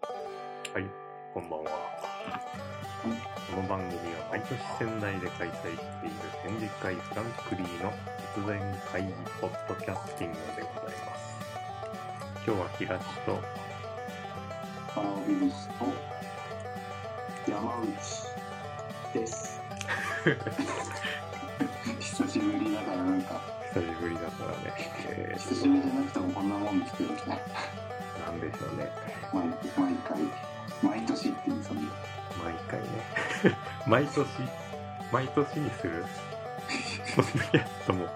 はい、こんばんは。この番組は毎年仙台で開催している展示会フランクリーの突然会議ポッドキャスティングでございます。今日は平地と、川口と山内です。久しぶりだからなんか、久しぶりだからね、え久しぶりじゃなくてもこんなもんですけどね、ー、なんでしょうね。毎毎回、毎年って言うんですよね。毎回ね。 毎年、毎年にする ポッドキャストも。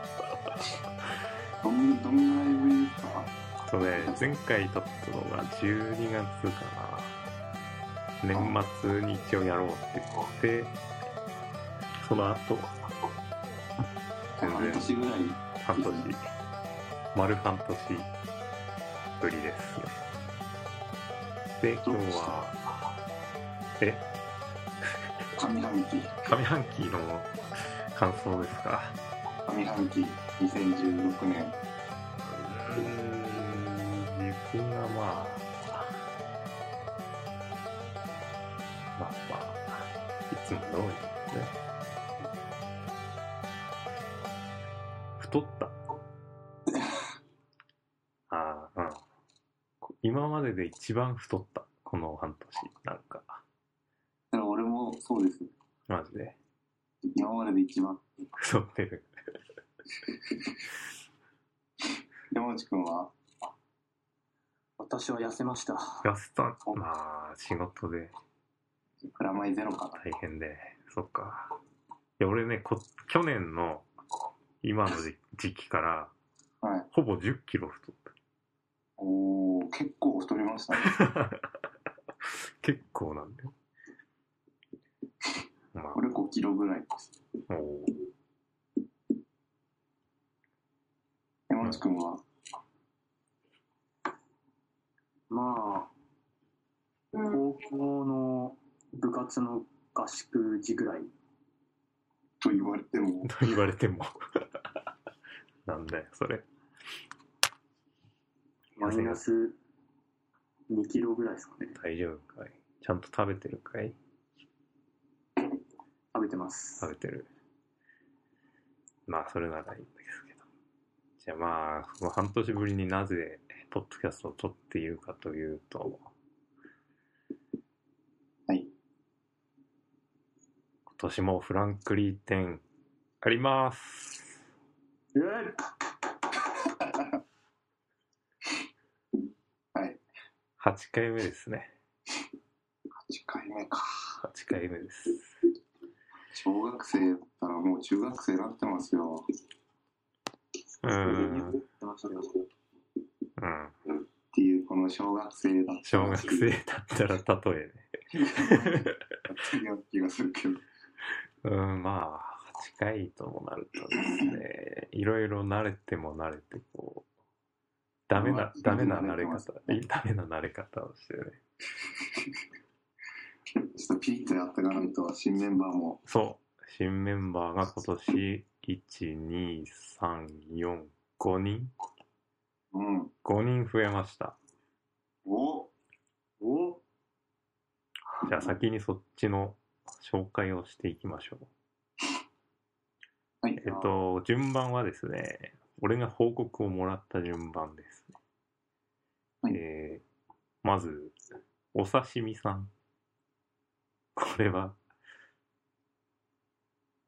どんどんぐらいぶりですかそうね、前回撮ったのが12月かな。年末に一応やろうって言って、その後、全然半年ぐらい。半年、丸半年ぶりですね。で、今日は、え、上半期、上半期の感想ですか上半期、2016年。うーん自分はまあまあまあいつも通りですね太ったああうんこ今までで一番太ったこの半年なんかだから俺もそうです。マジで今までで一番。太ってる山内くんは私は痩せました。痩せたまあ仕事でプラマイゼロかな。大変で、そっか。いや、俺ね、こ、去年の今の時時期から、はいほぼ10キロ太っおー、結構太りま したね。た。結構なんだよ。ま俺5キロぐらいです。あ、お山内くんはまあ、高校の部活の合宿時ぐらい。と言われてもー、と言われても。 なんだよ、それ。マイナス2キロぐらいですかね。大丈夫かいちゃんと食べてるかい食べてます。食べてる。まあ、それならいいんですけど。じゃあまあ、その半年ぶりになぜ、ポッドキャストを撮っているかというと、はい。今年もフランクリー展あります。えーはい、 8回目ですね。 8回目か。 8回目です。小学生だったらもう中学生になってますよ。うーん。うん。出ましたけどっていう、この小学生だった小ら学生だったら例えね。違う気がするけど。うん、まあ、8回ともなるとですね、いろいろ慣れても慣れて、こう、ダメな、ダメな慣れ方、 ダメな慣れ方をしてね。ちょっとピリッとやっていかないと、新メンバーも。そう、新メンバーが今年、1、2、3、4、5人うん。 ?5 人増えました。おおじゃあ先にそっちの紹介をしていきましょう。はいえ。っと、順番はですね、俺が報告をもらった順番ですね。はいえーまず、お刺身さん。これは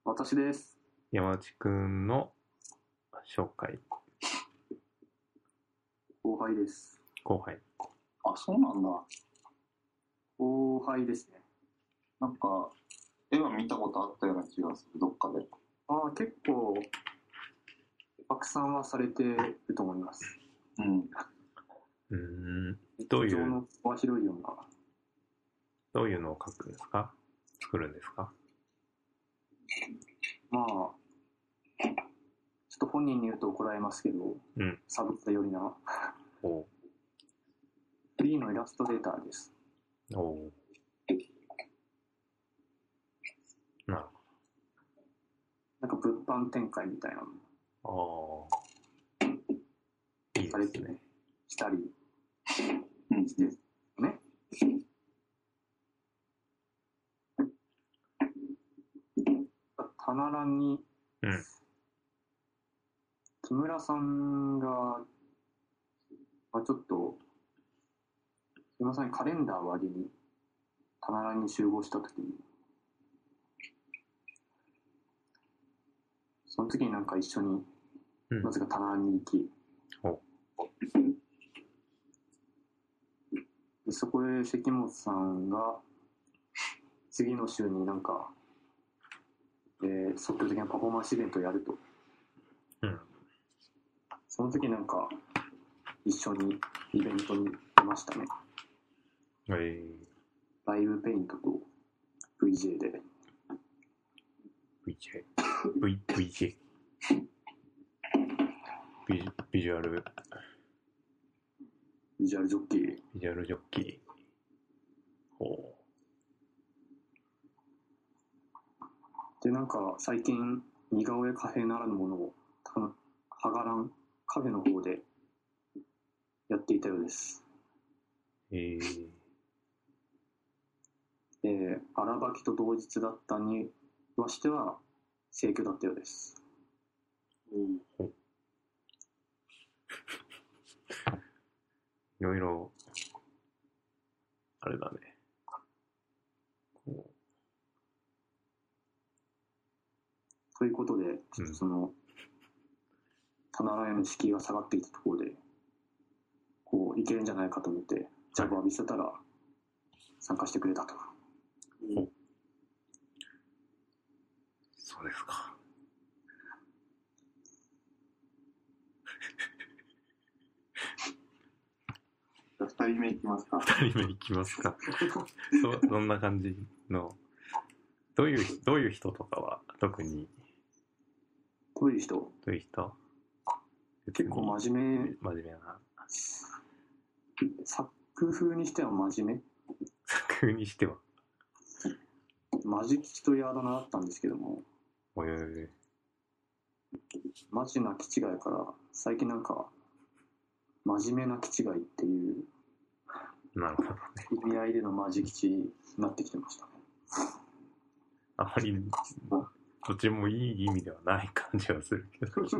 私です。山内くんの紹介、後輩です。後輩。あ、そうなんだ。後輩ですね。なんか、絵は見たことあったような気がする、どっかで。ああ、結構、拡散はされてると思います。うん。うーん、どういう日常の幅広いような。どういうのを書くんですか作るんですかまあ、ちょっと本人に言うと怒られますけど、うんサブったよりな。おフリーのイラストレーターです。おなるなんか物販展開みたいなのほど。ああ。いいされですてね。したりうん。して、ね。花欄に、うん木村さんが、まあ、ちょっと、すみません、カレンダー割りに、花欄に集合したときに、その時になんか一緒に、うんなぜか棚に行き、おでそこで関本さんが次の週になんか、えー即興的なパフォーマンスイベントをやるとうん。その時なんか一緒にイベントに出ましたねえー、ライブペイントと VJ で VJ。V、VJ。ビジビジュアル、ビジュアルジョッキービジュアルジョッキー。ほでなんか最近似顔絵カフェならぬものをたはがらんカフェの方でやっていたようですう。えー、で荒ばきと同日だったにはしては盛況だったようですいろいろ、あれだね。こということで、ちょっとその、棚の屋の敷居が下がってきたところで、こう、いけるんじゃないかと思って、ジャブを浴びせたら、参加してくれたと。うそうですか。じゃあ二人目いきます か。二人目いきますか。そ、 そんな感じの、どういう、どういう人とかは、特に、どういう人どういう人結構真面目、真面目な。 作風にしては真面作風にしては、目マジ吉というあだ名だったんですけども、おいおいおいマジな気違いから、最近なんか、真面目な気違いっていうなるほど。意味合いでのマジ吉になってきてましたね。あまり、どっちもいい意味ではない感じはするけど。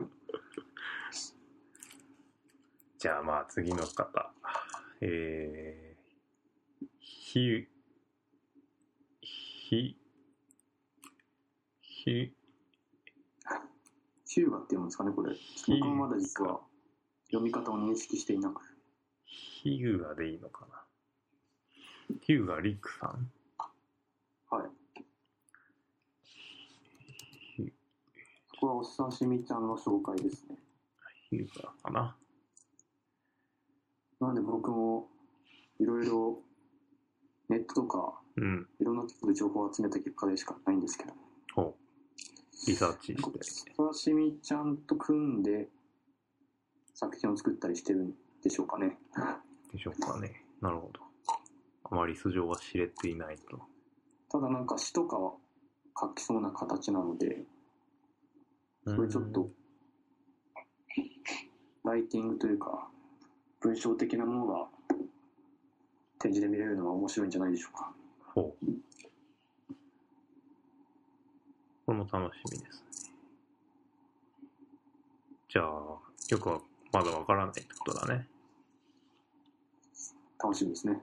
じゃあまあ次の方。えー、ひ、ひ、ひ、ヒューガっていうんですかね、これ。ひ僕もまだ実は読み方を認識していなくヒューガでいいのかな。ヒューガリックさんはい。ここはお刺身ちゃんの紹介ですね。ヒューガかな。なんで僕もいろいろネットとかうん。いろんなところで情報を集めた結果でしかないんですけど、ほう。リサーチして。お刺身ちゃんと組んで作品を作ったりしてるんでしょうかね。でしょうかね。なるほど。あまり素性は知れていないと。ただなんか詩とかは書きそうな形なので、これちょっと、ライティングというか、文章的なものが展示で見れるのは面白いんじゃないでしょうか。ほう。これも楽しみですね。じゃあ、よくはまだわからないってことだね。 楽しみですね。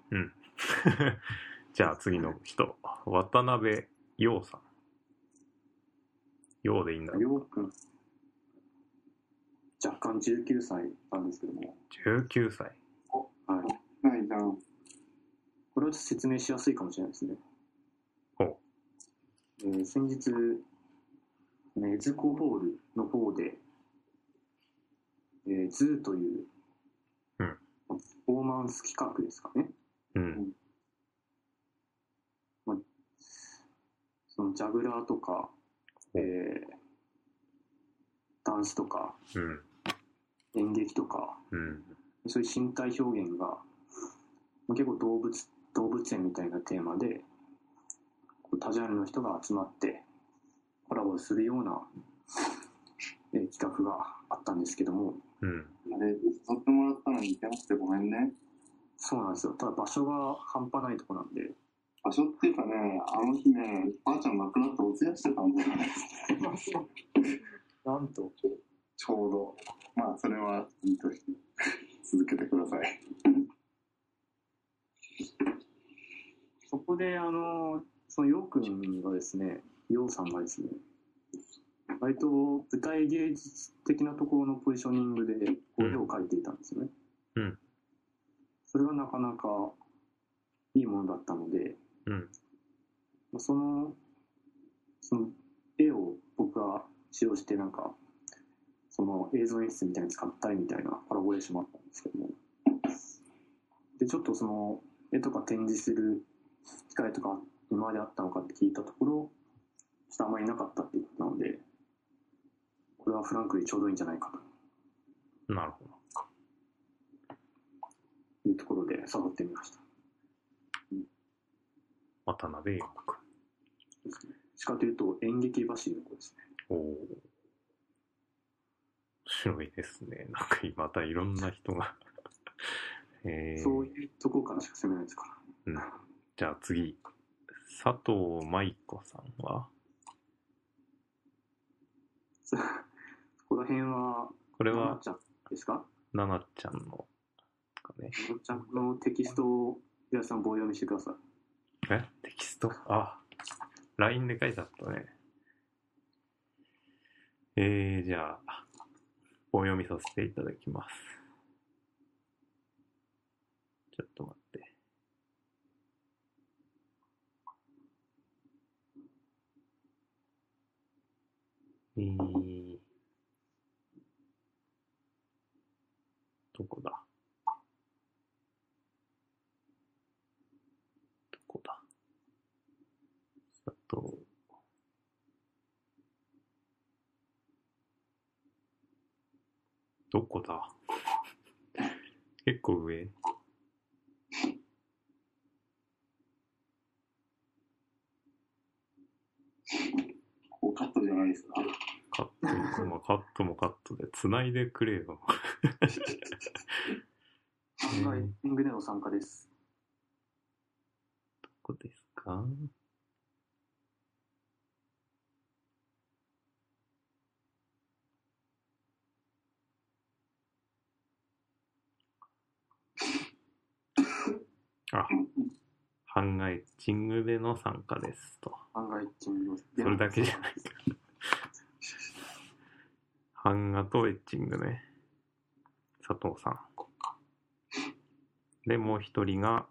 じゃあ次の人。渡辺陽さん。陽でいいんだ。りょうくん、若干19歳なんですけども、 19歳。はい、ないな。うこれはちょっと説明しやすいかもしれないですね。ほう。えー先日、ねずこホールの方で、えー、ズーという、うんパフォーマンス企画ですかね。うん。そのジャグラーとか、えーダンスとかうん。演劇とかうん。そういう身体表現がまあ結構動物動物園みたいなテーマでこう多ジャンルの人が集まってコラボするような、えー企画があったんですけどもうん。ん。で、誘ってもらったのに行けなくてごめんね。 そうなんですよただ場所が半端ないとこなんで場所っていうかね、あの日ね、ばあちゃん亡くなってお通夜してたんだよね、 なんと、ちょうど。まあ、それはいいとして、続けてください。そこで、あの、その、ようくんがですね、ようさんがですね、割と舞台芸術的なところのポジショニングで、こう、絵を描いていたんですよね。うん。それはなかなかいいものだったので、うん。まあその、その絵を僕が使用して、なんか、その映像演出みたいに使ったりみたいなコラボレーションもあったんですけども。で、ちょっとその、絵とか展示する機会とか今まであったのかって聞いたところ、ちょっとあまりなかったっていうことなので、これはフランクにちょうどいいんじゃないかなるほど。というところで誘ってみました。渡辺英子くしかというと演劇走りの子ですね。ん。おお。面白いですね。 なんかまたいろんな人が えー。そういうとこからしか攻めないですから。 じゃあ次。佐藤舞子さんはそこら辺は、これななは、ちゃんですかななちゃんの、かね。ななちゃんのテキストを、皆さん棒読みしてください。えテキストあ、LINE で書いてあったね。えー、じゃあ、お読みさせていただきます。ちょっと待って。えー、どこだどこだ佐藤。どこだ 結構上。こうカットじゃないですか。カットも、まあカットもカットで、繋いでくれよ。うんライティングでの参加です。どこですかあ、ハンガイチングでの参加ですと。案外、チングそれだけじゃないか。版画とエッチングね。佐藤さん。で、もう一人が、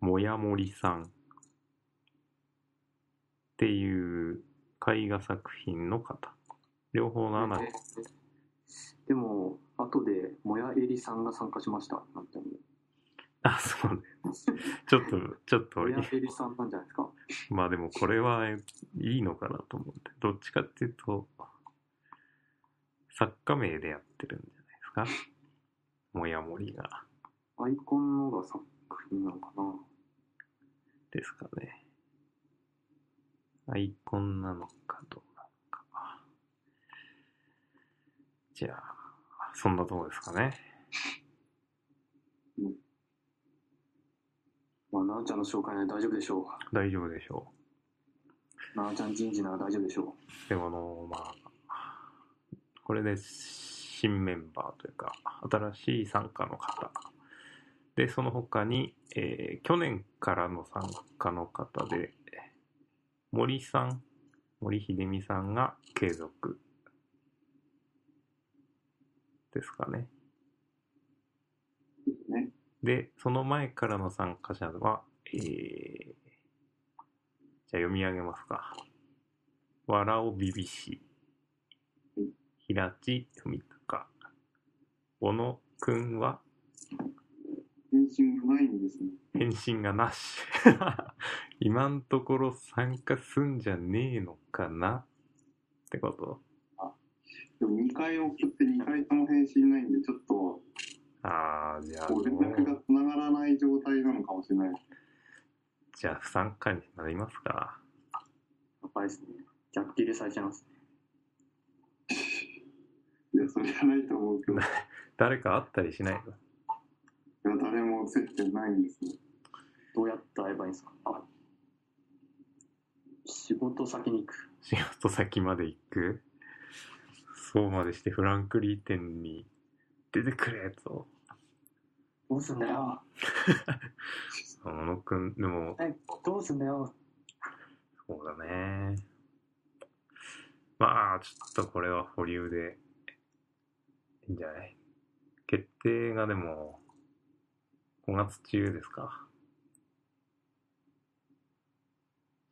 もやもりさん。っていう絵画作品の方。両方の穴。でも、後で、もやえりさんが参加しました。なんていうのあ、そうね。ちょっと、ちょっとも、やえりさんなんじゃないですか。まあでもこれはいいのかなと思って。どっちかっていうと、作家名でやってるんじゃないですか。もやもりが。アイコンのが作品なのかな。ですかね。アイコンなのかどうなのか。じゃあ、そんなとこですかね。まあ、ななちゃんの紹介なら大丈夫でしょ大丈夫でしょう。ななちゃん人事なら大丈夫でしょう。でもあの、まあ、これで新メンバーというか、新しい参加の方。で、その他に、えー去年からの参加の方で、森さん、森秀美さんが継続ですかね。ね。で、その前からの参加者は、えー、じゃあ読み上げますか。わらおびびし、ひらちふみたか、小野くんは返信がないんですね。返信がなし。 今んところ参加すんじゃねえのかなってことでも2回送って2回とも返信ないんで、ちょっと、ああ、じゃあこう連も絡がう、繋がらない状態なのかもしれない。じゃあ不参加になりますか。う。やっぱりですね。逆切れされちゃいます。いや、それじゃないと思うけど、いや、誰か会ったりしないの誰も接点ないんですね。どうやって会えばいいんですかあ仕事先に行く仕事先まで行くそうまでしてフランクリー店に出てくれと。どうすんだよあの野くん、でも、えどうすんだよそうだね。まあ、ちょっとこれは保留で、いいんじゃない決定がでも、5月中ですか。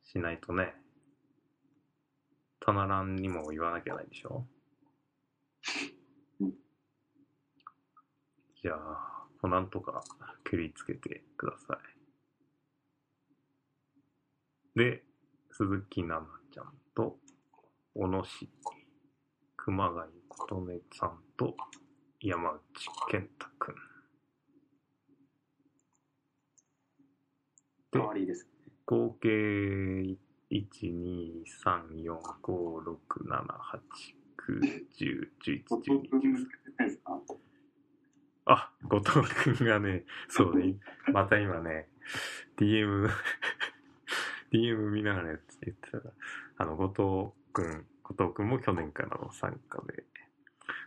しないとね、タナランにも言わなきゃないでしょうんじゃあ、こうなんとか、蹴りつけてください。で、鈴木奈々ちゃんと、小野市、熊谷琴音さんと、山内健太くん。代わりです合計、1、2、3、4、5、6、7、8、9、10、11、後12藤、君抜けてないですかあ、後藤くんがね、そうね、また今ね、DM、DM 見ながらやって言ってたから、あの、後藤くん、後藤くんも去年からの参加で、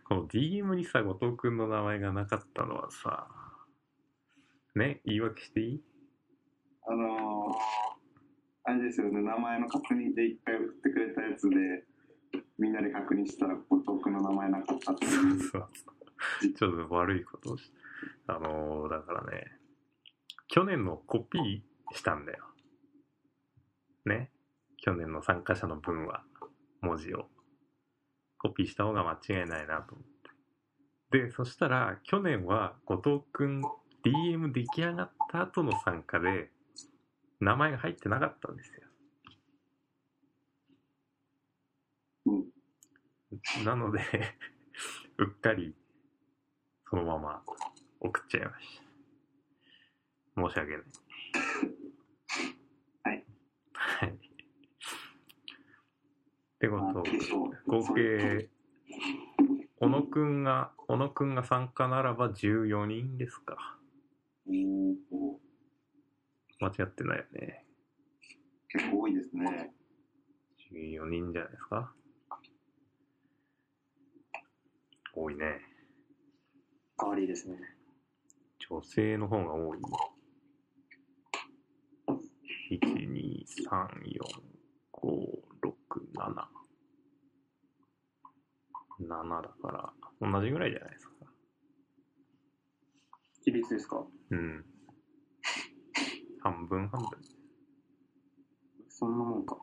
この DM にさ、後藤くんの名前がなかったのはさ、ね、言い訳していいあのー、あれですよね、名前の確認で一回送ってくれたやつで、みんなで確認したら、後藤君の名前なかったっていそうう。そうそう。ちょっと悪いことをし、あのーだからね、去年のコピーしたんだよ。ね。去年の参加者の分は、文字を。コピーした方が間違いないなと思って。で、そしたら、去年は後藤くん DM 出来上がった後の参加で、名前が入ってなかったんですよ。うんなので、 うっかり、そのまま送っちゃいました。申し訳ない。 はい。はい。ってこまあとでしょう合計、小野くんが、小野くんが参加ならば14人ですか。おーお間違ってないよね。ー結構多いですね。 14人じゃないですか。多いね。代わりですね女性の方が多い。1、2、3、4、5、6、7。7だから、同じぐらいじゃないですか。比率ですかうん。半分半分。そんなもんか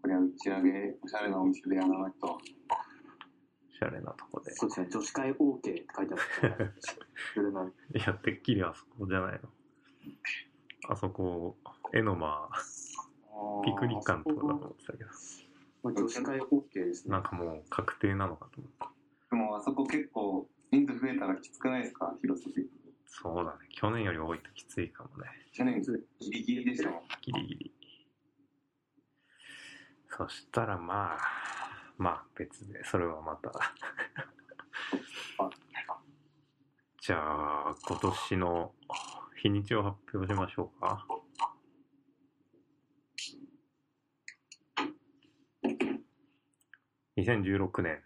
これは打ち上げ、おしゃれなお店でやらないと。おしゃれなとこで。そうですね女子会 OK って書いてある それなんいや、てっきりあそこじゃないの。あそこ、絵の間、ピクニック館とかだと思ってたけど、まあ、女子会 OK ですねなんかもう確定なのかと思った。でも、あそこ結構、人数増えたらきつくないですか広さ的に。そうだね。去年より多いときついかもね。去年、ギリギリでしたもん。ギリギリ。そしたらまあ、まあ別で、それはまた。じゃあ、今年の日にちを発表しましょうか。2016年、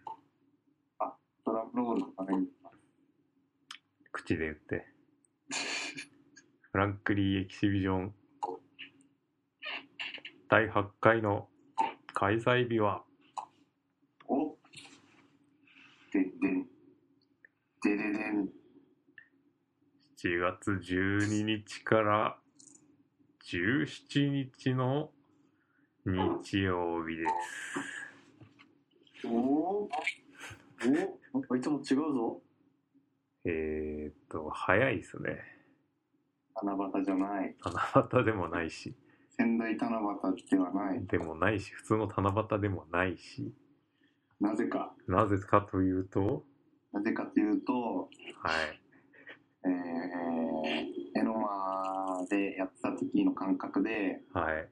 トランプロールとかね。口で言って。フランクリーエキシビジョン第8回の開催日はおでんでん。でででん。 7月12日から17日の日曜日です。おーおなんかいつも違うぞえー、っと、早いですね。七夕じゃない。七夕でもないし、仙台七夕ではない。でもないし、普通の七夕でもないし、なぜか。なぜかというと、なぜかというと、はい、えー、エノマでやってた時の感覚で、はい、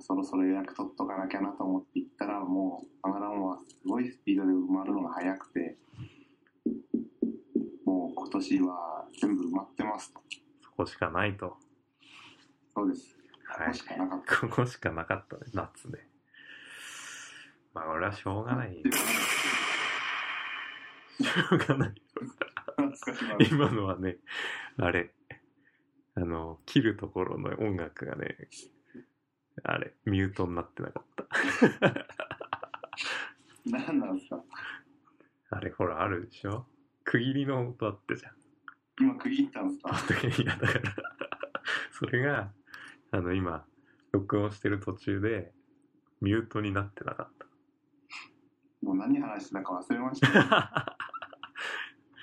そろそろ予約取っとかなきゃなと思って行ったら、もう、アナランはすごいスピードで埋まるのが早くて、もう今年は全部埋まってますと。そこしかないと。そうです。はいしかなかった。ここしかなかったね夏ねまあ俺はしょうがない っていうしょうがない懐かし い今のはねあれあの切るところの音楽がねあれミュートになってなかったな。何なんですかあれほらあるでしょ区切りの音あったじゃん今区切ったんですあかの時いやだから それがあの今録音してる途中でミュートになってなかっもう何話してたか忘れました。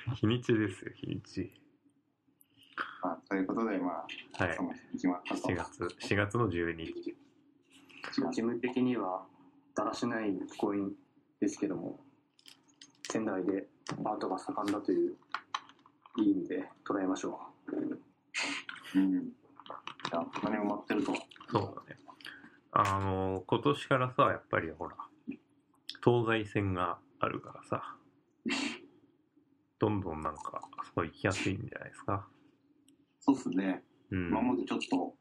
た日にちですよ日にちまあということで、まあ、はいその決まったと。 4月4月の12日違う事務的にはだらしない公演ですけども仙台でアートが盛んだといういい意味で捉えましょうん。じゃあ、何を待ってると。そうだねあの今年からさやっぱりほら東西線があるからさどんどんなんかすごい行きやすいんじゃないですかそうっすね。うん今までちょっと、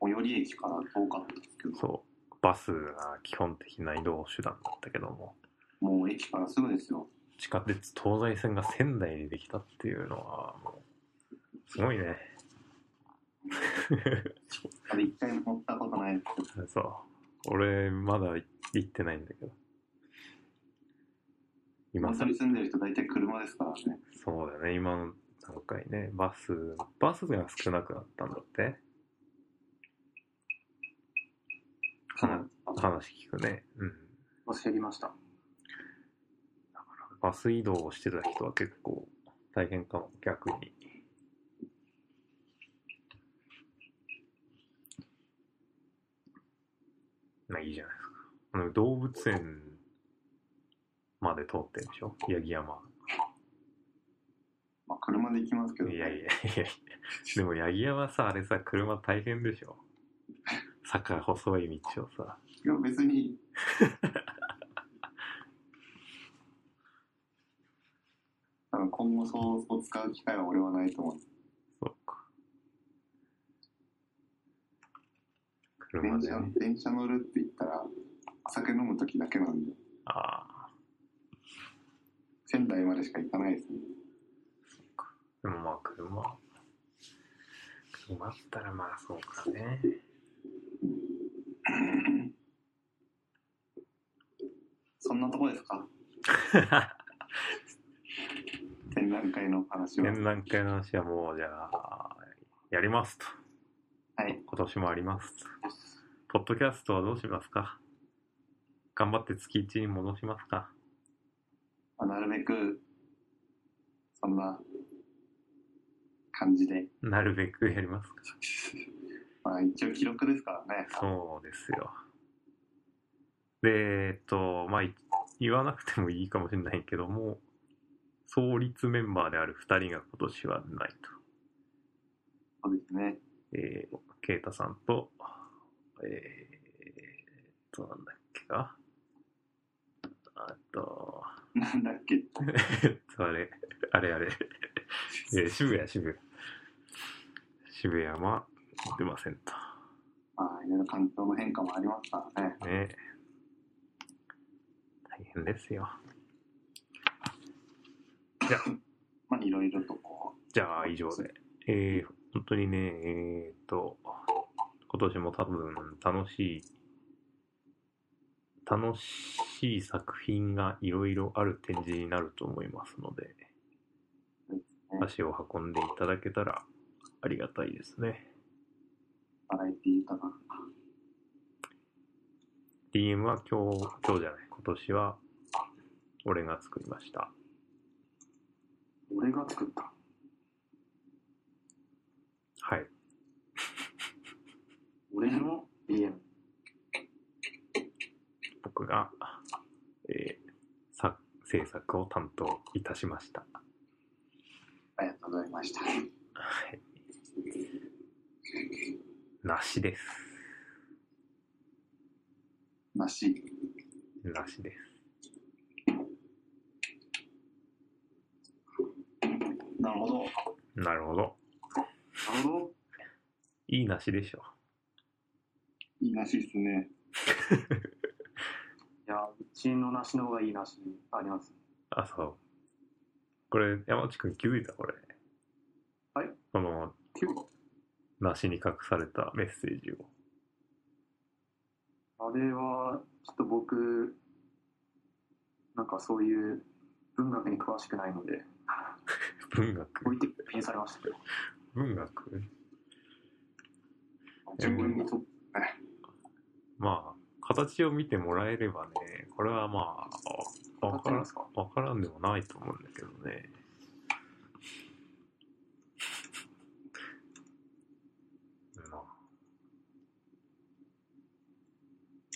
最寄り駅から遠かったですけど、そうバスが基本的な移動手段だったけどももう駅からすぐですよ。地下鉄東西線が仙台にできたっていうのはもうすごいね あれ、一回も乗ったことないですけど、そう俺まだ行ってないんだけど今本当さに住んでる人、大体車ですからね。そうだよね今の段階ねバスバスが少なくなったんだって話話聞くねうんう忘れりましたバス移動をしてた人は結構大変かも逆にまあいいじゃないですかあの動物園まで通ってるでしょ八木山まあ、車で行きますけど、いやいやいやでも八木山さあれさ車大変でしょ坂細い道をさいや 別に。多分今後そうそう使う機会は俺はないと思う。そうか車電で車ね、電車乗るって言ったら、お酒飲む時だけなんで、ああ仙台までしか行かないですね。でもまあ車車だったらまあそうかねそんなとこですか展覧会の話は。 展覧会の話はもうじゃあやりますとはい。今年もありますとポッドキャストはどうしますか頑張って月1に戻しますかまあ、なるべく、そんな感じで。なるべくやりますかまあ一応記録ですからね。そうですよでえっとまあい言わなくてもいいかもしれないけども創立メンバーである2人が今年はないとそうですね。 えー、ケイタさんと、えー、っと、なんだっけか。あと、なんだっけ。えっと、あれ、あれあれ。えー渋谷、渋谷。渋谷は出ませんまあ、いろいろ環境の変化もありますからね。と。ね大変ですよ。じゃあ、まあ、いろいろとこじゃあ以上で。えー、本当にね、えー、っと、今年も多分楽しい、楽しい作品がいろいろある展示になると思いますので、足を運んでいただけたらありがたいですね。う、バラエティ豊かな。 DM は今日、今日じゃない、今年は俺が作りました。俺が作ったはい。俺の DM 僕が、えー、作制作を担当いたしました。ありがとうございました。はい。なしです。なし。なしです。なるほど。なるほど。なるほどいいなしでしょ。いい梨っすね。いや、うちの梨の方がいい梨あります。あ、そう。これ、山内くん気づいたこれ。はいこの、キュウ梨に隠されたメッセージを。あれは、ちょっと僕、なんかそういう文学に詳しくないので、文学置いてきにされましたけど、文学自分のちょっとまあ、形を見てもらえればね、これはまあ、わ当たっちかゃいらますかわからんでもないと思うんだけどね。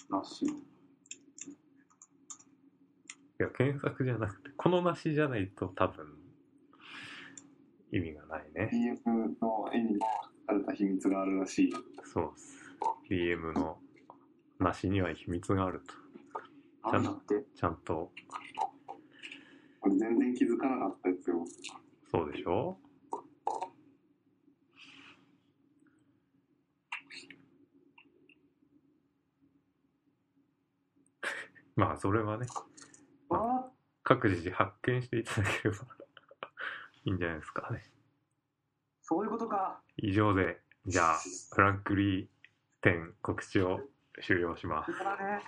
まあ梨。いや、検索じゃなくて、この梨じゃないと多分、意味がないね。 DM の絵に隠された秘密があるらしい。そうっす。DM の梨には秘密があると。なんだって、ちゃんと、これ全然気づかなかったですよ。そうでしょ まあ、それはね、わー各自発見していただければ いいんじゃないですかね。そういうことか。以上で、じ ゃあ、フランクリー展告知を終了しますそ。れからね、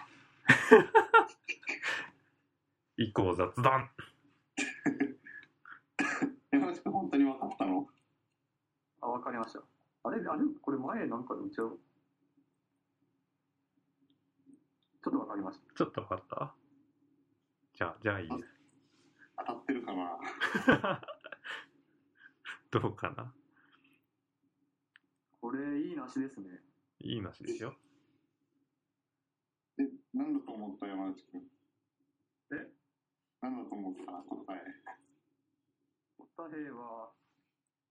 以降雑談山口君本当に分かったのあ、わかりました。あれ、あれ、これ前なんか一応、ちょっとわかりました。ちょっと分かったじゃあ、じゃあいいです。 当たってるかなどうかなこれ、いい梨ですね。いい梨ですよ。え、何だと思った山口君。え何だと思った答え。答えは、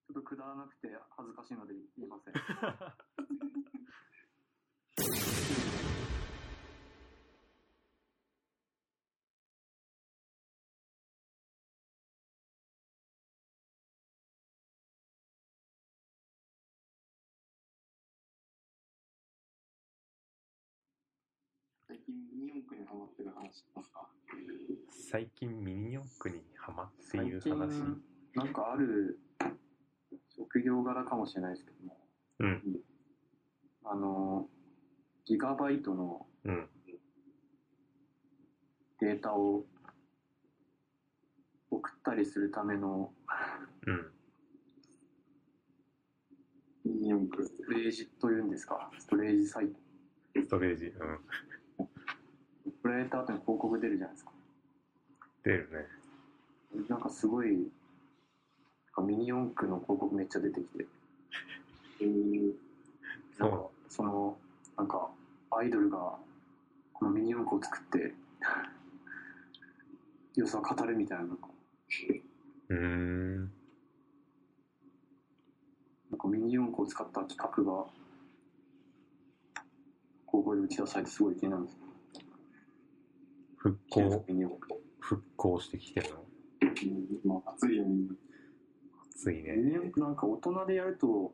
ちょっとくだらなくて恥ずかしいので言いません。最近ニオン君にハマってる話しますか最近ミニ四駆にハマってい最る近話。なんかある職業柄かもしれないですけども、うんあのギガバイトのうん。データを送ったりするためのうん。ニオン君。ストレージというんですかストレージサイトストレージ。うん。送られた後に広告出るじゃないですか出るね。なんかすごいなんかミニ四駆の広告めっちゃ出てきてえー、そうなんかそのなんかアイドルがこのミニ四駆を作って 良さを語るみたいななんかうーん。なんかミニ四駆を使った企画が高校で打ち出されてすごい気になるんです復けど興、ミニ四駆復興してきてるの。まあ、熱いよ、みんな。ついミね。ニ四駆なんか大人でやると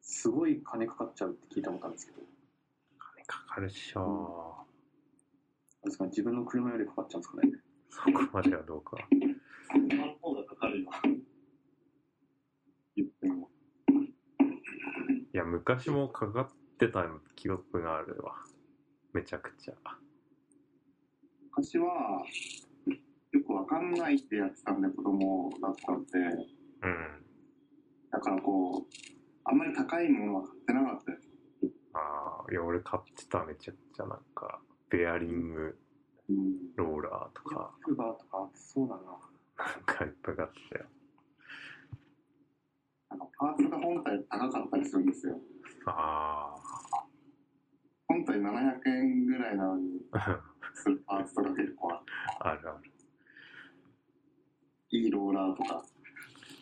すごい金かかっちゃうって聞いたことあるんですけど金かかるっしょ。確かに自分の車よりかかっちゃうんですかねそこまではどうか。あ、そうだ、かかるよ。言っても。いや、昔もかかってた記憶があるわ。めちゃくちゃ。昔は、よくわかんないってやってたんで、子供だったんで。うん。だからこう、あんまり高いものは買ってなかったです。ああ、いや、俺買ってた、めちゃくちゃなんか、ベアリングうん。ローラーとか、ウーバーとかそうだななんかいっぱい買ってたよ。なんかパーツが本体高かったりするんですよ。あ本体700円ぐらいなのに、あ、するパーツとか結構あるあるある。いいローラーとか。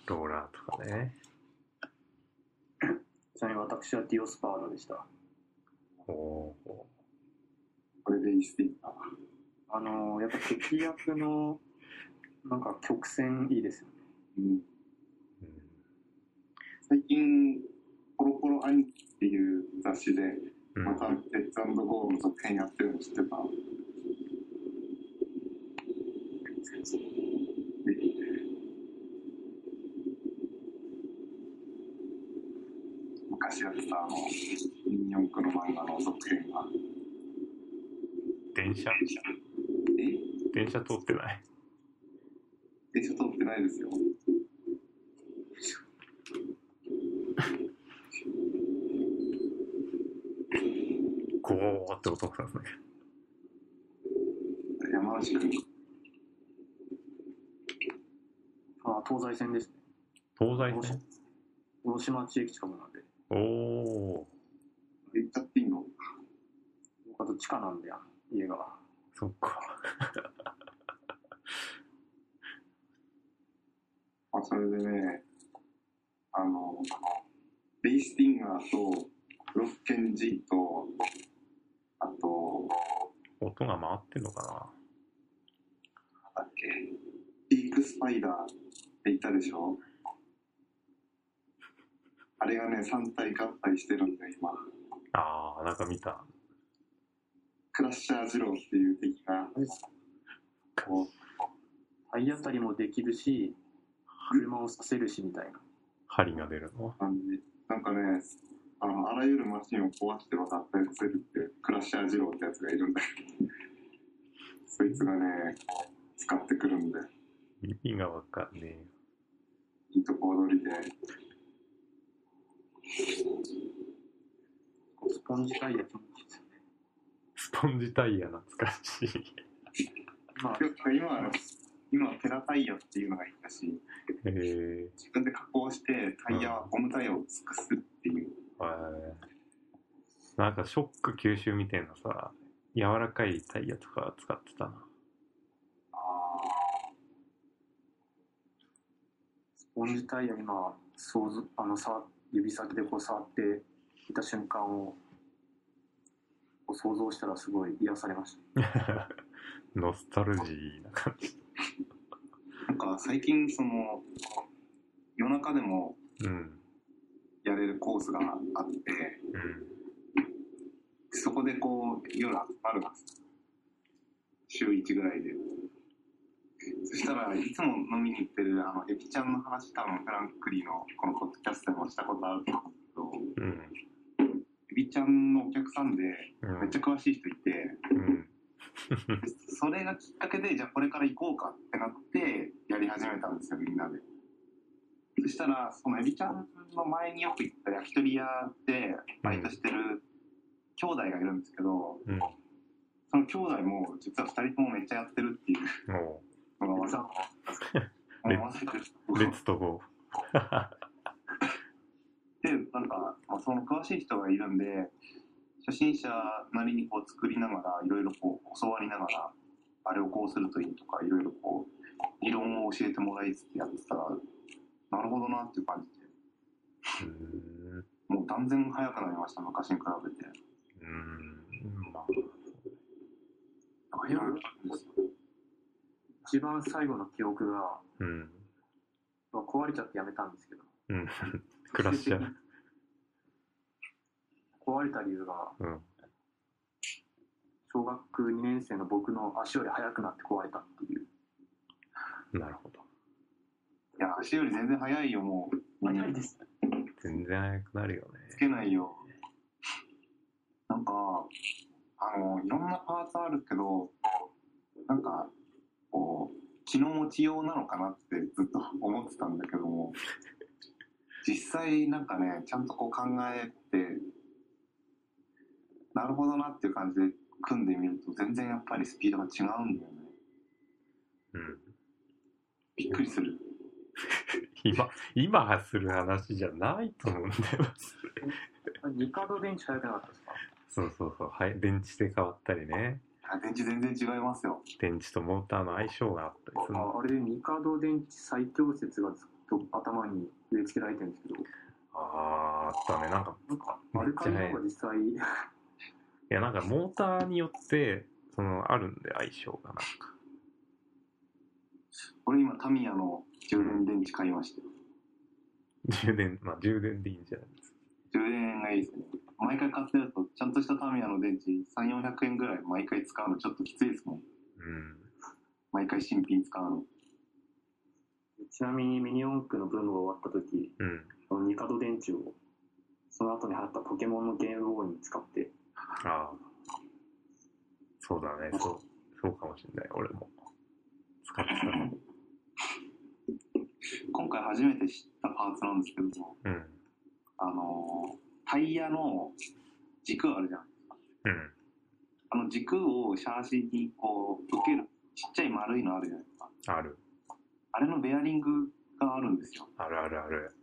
ローラーとかね。ちなみに私はディオスパーラでしたおおこれで一スいた。あのやっぱ敵役の なんか曲線いいですよねうん。ー。最近、コロコロ兄貴っていう雑誌で、うん。うんまたレッツゴーの続編やってるの知ってた昔やってたあのミニ四駆の漫画の続編が電車え電車通ってない電車通ってないですよゴーって音がするね山梨君あ東西線ですね東大西島線大島地駅近くなんでおお行っちゃっていいのあと地下なんだよ家がーそっかまあ、それでね、あの、レイスティンガーと、ロッケン G と、あと、音が回ってんのかなんだっけ、ピークスパイダーっていたでしょあれがね、3体合体してるんで、今。なあーなんか見たクラッシャー二郎っていう敵が、こう、体当たりもできるし車をさせるしみたいな針が出るの感じ。なんかね、あの、あらゆるマシンを壊して渡ったりするっていう、クラッシャー二郎ってやつがいるんだけど、そいつがね、使ってくるんで。意味がわかんねえよいいとこ踊りで、スポンジタイヤ気持ちいいですよねスポンジタイヤ懐かしいまあ今は、今はペラタイヤっていうのがいいらしい。えー、自分で加工してタイヤはゴムタイヤを尽くすっていう。えーなんかショック吸収みたいなさ柔らかいタイヤとか使ってたなスポンジタイヤ今想像あのさ指先でこう触っていた瞬間をこう想像したらすごい癒されましノスタルジーな感じ。なんか最近その、夜中でもうん。やれるコースがあって、うん。そこでこう、夜集まるんです。週1ぐらいで。そしたらいつも飲みに行ってるあの、エピちゃんの話多分フランクリーのこのポッドキャストでもしたことあると思うんですうん。けど、エピちゃんのお客さんで、うん。めっちゃ詳しい人いて、うん。それがきっかけで、じゃあこれから行こうかってなって、やり始めたんですよ、みんなで。そしたら、そのエビちゃんの前によく行った焼き鳥屋でバイトしてる兄弟がいるんですけど、うん。その兄弟も実は二人ともめっちゃやってるっていうものが分かった。レもう忘れてるう、レッツとゴー。で、なんか、まあその詳しい人がいるんで、初心者なりにこう作りながら、いろいろこう教わりながら、あれをこうするといいとか、いろいろこう、理論を教えてもらいつつやってたら、なるほどなっていう感じで、うーん。もう断然早くなりました、昔に比べて。うーん。まあ、なんかいろいろあるんですよ。た一番最後の記憶が、うん。まあ、壊れちゃってやめたんですけどうん。 クラッシャー。壊れた理由がうん。小学2年生の僕の足より速くなって壊れたっていうなるほど。いや、足より全然早いよ、もう。す全然早くなるよつね。けないよ。なんか、あの、いろんなパーツあるけど、なんか、こう、気の持ちようなのかなってずっと思ってたんだけども、実際なんかね、ちゃんとこう考えて、なるほどなっていう感じで組んでみると、全然やっぱりスピードが違うんだよね。うん。びっくりする。今、今する話じゃないと思うんだよ。ニカド電池速くなかったですかそうそうそう。はい。電池で変わったりね。あ電池全然違いますよ。電池とモーターの相性があったりするの。ああれでニカド電池最強説がずっと頭に植え付けられてるんですけどあー、あったね。なんか、なんかアルカリの方が実際いやなんかモーターによってそのあるんで相性がなんか俺今タミヤの充電電池買いましたよ。充電まあ充電でいいんじゃないです充電がいいですね。毎回買ってると、ちゃんとしたタミヤの電池3、400円ぐらい毎回使うのちょっときついですもん。うん。毎回新品使うの。ちなみにミニ四駆のブームが終わった時、うん。このニカド電池を、その後に貼ったポケモンのゲームボーイに使って、ああ。そうだね。そう、そうかもしれない。俺も。使ってたの。今回初めて知ったパーツなんですけども、うん。あのータイヤの軸あるじゃん。うん。あの軸をシャーシにこう、受ける、ちっちゃい丸いのあるじゃないですか。ある。あれのベアリングがあるんですよ。あるあるある。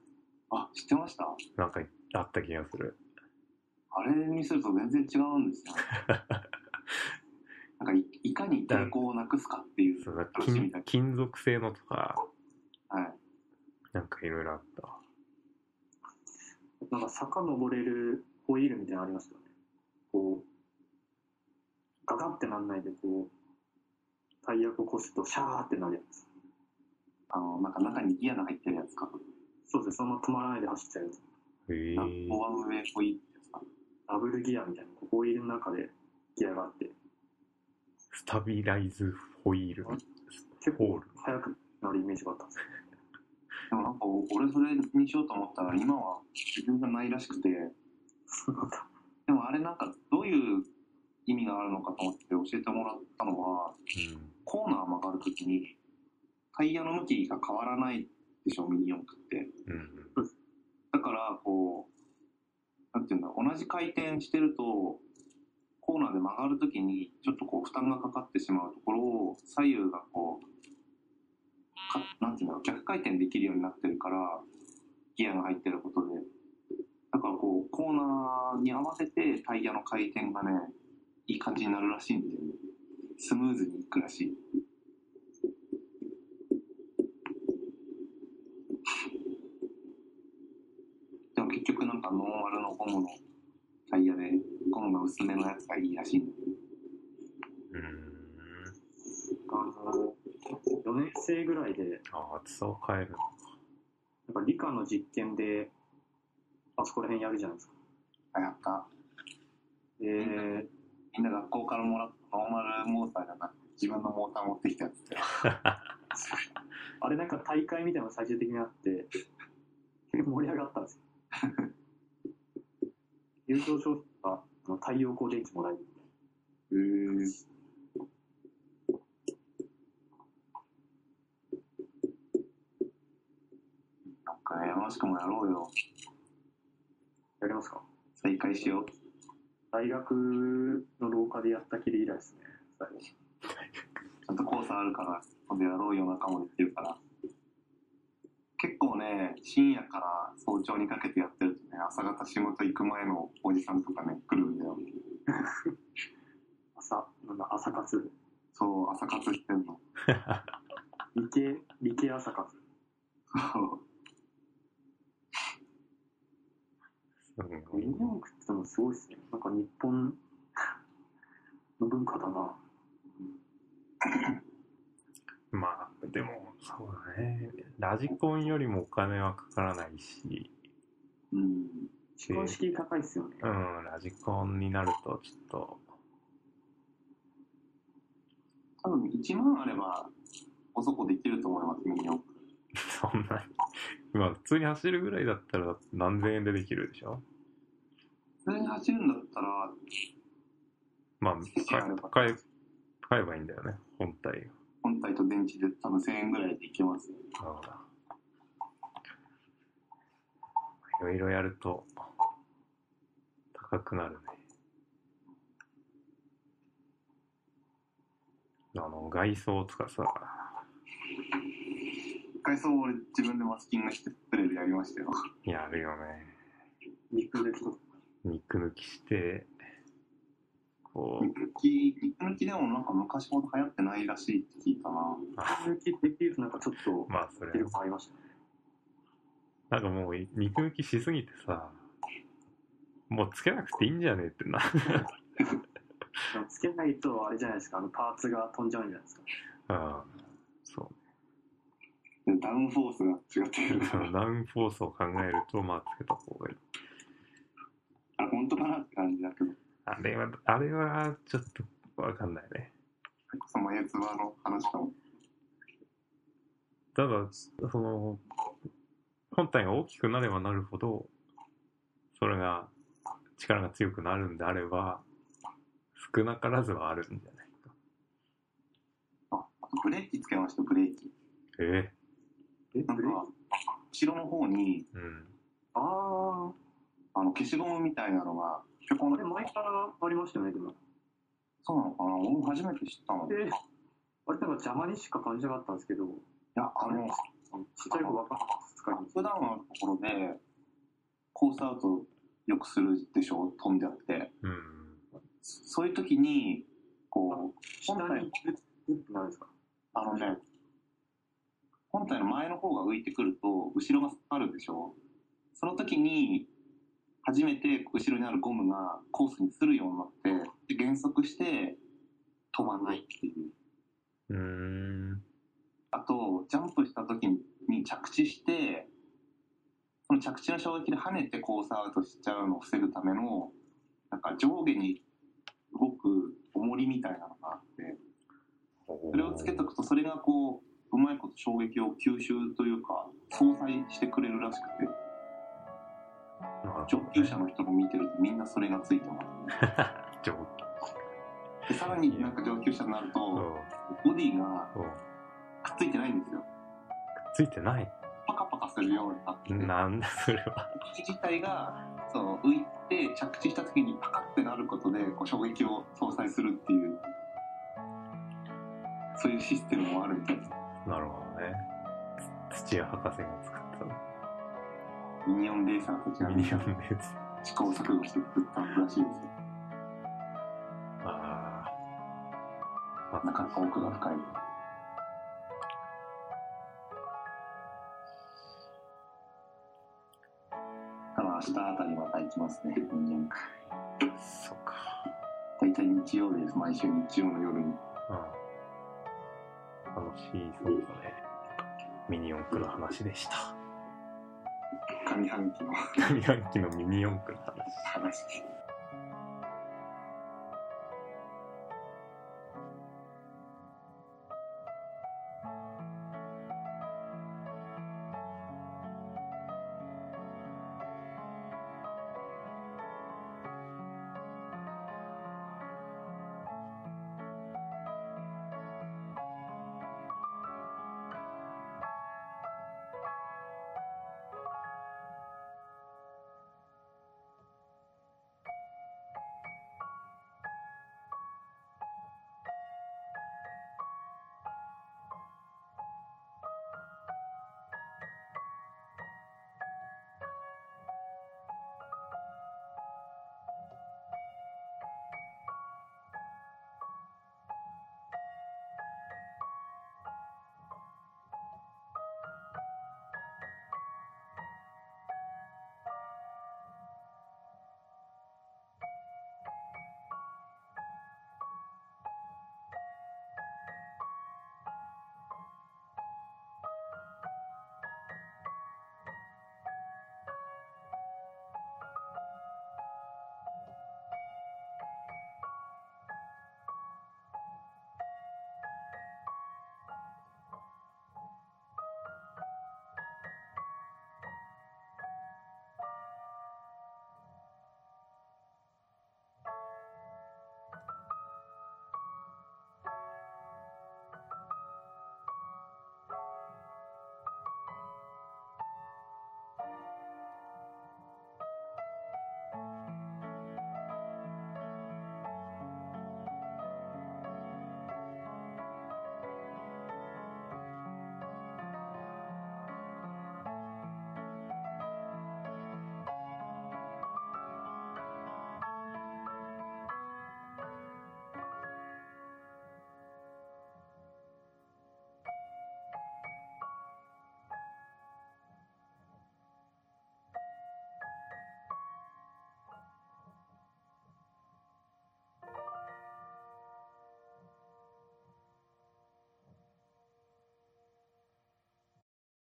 あ、知ってましたなんかあった気がする。あれにすると全然違うんですよ。なんかいいかに抵抗をなくすかっていうそうだ楽しみ金だけ。金属製のとか、はい。なんかいろいろあった。なんか坂登れるホイールみたいなのありますよね。こう、ガガってなんないで、こう、タイヤをこすとシャーってなるやつ。あの、なんか中にギアが入ってるやつか。そうですね、そのまま止まらないで走っちゃうやつ。へえなボアウェイポイってやつか。ダブルギアみたいな、こうホイールの中でギアがあって、スタビライズホイール。結ホー構ル。速くなるイメージがあったんですよ。でもなんか俺それにしようと思ったら今は自分がないらしくて、でもあれなんかどういう意味があるのかと思って教えてもらったのは、うんコーナー曲がるときにタイヤの向きが変わらないでしょ、ミニ四駆って。うん。だから、こう、なんていうんだ、同じ回転してると、コーナーで曲がるときに、ちょっとこう、負担がかかってしまうところを、左右がこう、かなんていうんだろう、逆回転できるようになってるから、ギアが入ってることで。だからこう、コーナーに合わせてタイヤの回転がね、いい感じになるらしいんで、スムーズにいくらしい。でも結局なんかノンアルのゴムのタイヤで、ゴムが薄めのやつがいいらしいんで。うん。あの、4年生ぐらいで、ああ、厚さを変えるの。なんか理科の実験で、あそこら辺やるじゃないですか。あ、やった。で、みんな学校からもらったノーマルモーターじゃなくて、自分のモーター持ってきたやつで。あれなんか大会みたいなの最終的にあって、盛り上がったんですよ。優勝賞品があの太陽光電池もらえる。へーなんかね、山しくもやろうよ。やりますか再開しよう。大学の廊下でやったきり以来ですね。最後ちゃんとコースあるから、今度やろうよ仲間でってるから。結構ね、深夜から早朝にかけてやってるとね、朝方仕事行く前のおじさんとかね、来るんだよ。朝、なんだ、朝活。そう、朝活してんの。理系、理系朝活。そうすごミいニ四駆ってのもすごいですね。なんか日本 の文化だな。まあ、でも、そうだね。ラジコンよりもお金はかからないし、うん。基本式高いですよね。うん、ラジコンになると、ちょっと、多分1万あれば、おそこできると思います、ミニ四駆そんなに。まあ、普通に走るぐらいだったら何千円でできるでしょ普通に走るんだったら、まあ、そうなのか買え、買えばいいんだよね、本体が。本体と電池で多分1000円ぐらいでいけます。なるほど。いろいろやると、高くなるね。あの、外装とかさ、一回そう、俺自分でマスキングしてテレビやりましたよ。やるよね。肉抜きとか。肉抜きして、こう、肉抜き、肉抜きでもなんか昔ほど流行ってないらしいって聞いたな。あ肉抜きっていうとなんかちょっと、まあそれ威、力ありましたね。なんかもう肉抜きしすぎてさ、もうつけなくていいんじゃねえってな。でもつけないとあれじゃないですか、あのパーツが飛んじゃうんじゃないですか。うん。そでダウンフォースが違ってくるう。かそらのダウンフォースを考えると、まあつけた方がいい。だなって感じだけど、あれは、あれはちょっとわかんないね。その絵ツバの話かも。ただ、その、本体が大きくなればなるほど、それが、力が強くなるんであれば、少なからずはあるんじゃないか。あ、あとブレーキつけました、ブレーキ。ええなんブレーか、後ろの方に、えうん。ああの、消しゴムみたいなのが、ちょこあ、んあれ前からありましたよね、でも。そうなのかな俺も初めて知ったの。いで、あれなんか邪魔にしか感じなかったんですけど、ちや、あの、っちゃい子分かったんですかに。普段のところで、コースアウトよくするでしょ飛んであって。うん。そういう時に、こう、下にグッてなるんですかあのね、本体の前の方が浮いてくると、後ろが下がるでしょその時に、初めて後ろにあるゴムがコースにするようになって、で減速して飛ばないっていう。うーん。あと、ジャンプした時に着地して、その着地の衝撃で跳ねてコースアウトしちゃうのを防ぐための、なんか上下に動く重りみたいなのがあって、それをつけとくと、それがこう、うまいこと衝撃を吸収というか、相殺してくれるらしくて、なるほど上級者の人も見てるとみんなそれがついてま上す。で、さらになんか上級者になるそうと、ボディがそうくっくっついてないんですよ。ついてない。パカパカするようになってて、なんだそれは。着地自体がその浮いて着地した時にパカッてなることでこう衝撃を相殺するっていうそういうシステムもあるみたいですなるほどね。つ土屋博士が作っミニオンレーサーたちたがミニオンのやつ。試行錯誤して作ったらしいですよああ。なかなか奥が深いただ明日あたりまた行きますね人間そっか。大体日曜です毎週日曜の夜にうん。楽しいそうだね。ミニ四駆の話でした。 上半期の上半期のミニ四駆の話。話